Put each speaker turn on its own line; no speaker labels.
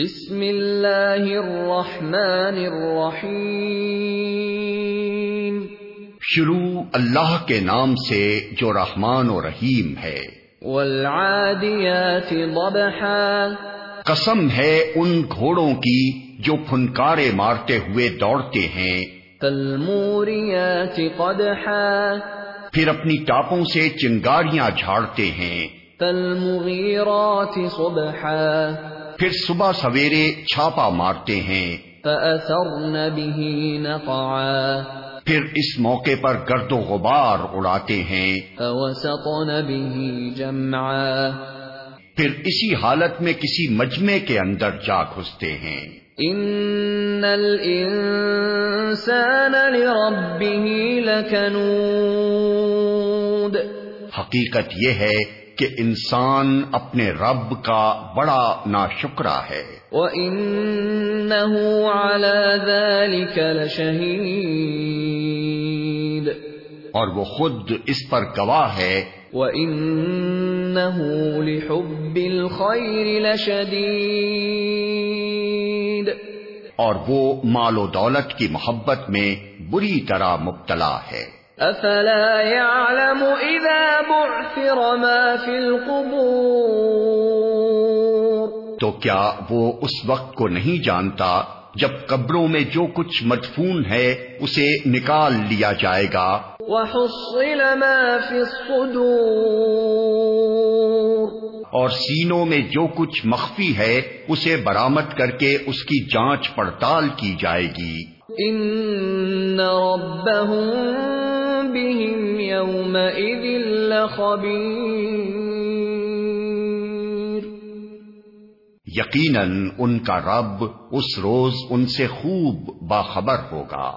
بسم اللہ الرحمن الرحیم
شروع اللہ کے نام سے جو رحمان و رحیم ہے
والعادیات ضبحا
قسم ہے ان گھوڑوں کی جو پھنکارے مارتے ہوئے دوڑتے ہیں
فالموریات قدحا
پھر اپنی ٹاپوں سے چنگاریاں جھاڑتے ہیں
فالمغیرات صبحا
پھر صبح سویرے چھاپا مارتے ہیں
فأثرن به نقعا
پھر اس موقع پر گرد و غبار اڑاتے ہیں
فوسطن به جمعا
پھر اسی حالت میں کسی مجمع کے اندر جا گھستے ہیں
ان الانسان لربه لکنود
حقیقت یہ ہے کہ انسان اپنے رب کا بڑا ناشکرا ہے
وانه على ذلك لشهيد
اور وہ خود اس پر گواہ ہے
وانه لحب الخير لشديد
اور وہ مال و دولت کی محبت میں بری طرح مبتلا ہے
افلا يعلم اذا بعثر ما في القبور
تو کیا وہ اس وقت کو نہیں جانتا جب قبروں میں جو کچھ مدفون ہے اسے نکال لیا جائے گا
وحصل ما في الصدور
اور سینوں میں جو کچھ مخفی ہے اسے برآمد کر کے اس کی جانچ پڑتال کی جائے گی
ان ربهم بهم يومئذ لخبير
یقیناً ان کا رب اس روز ان سے خوب باخبر ہوگا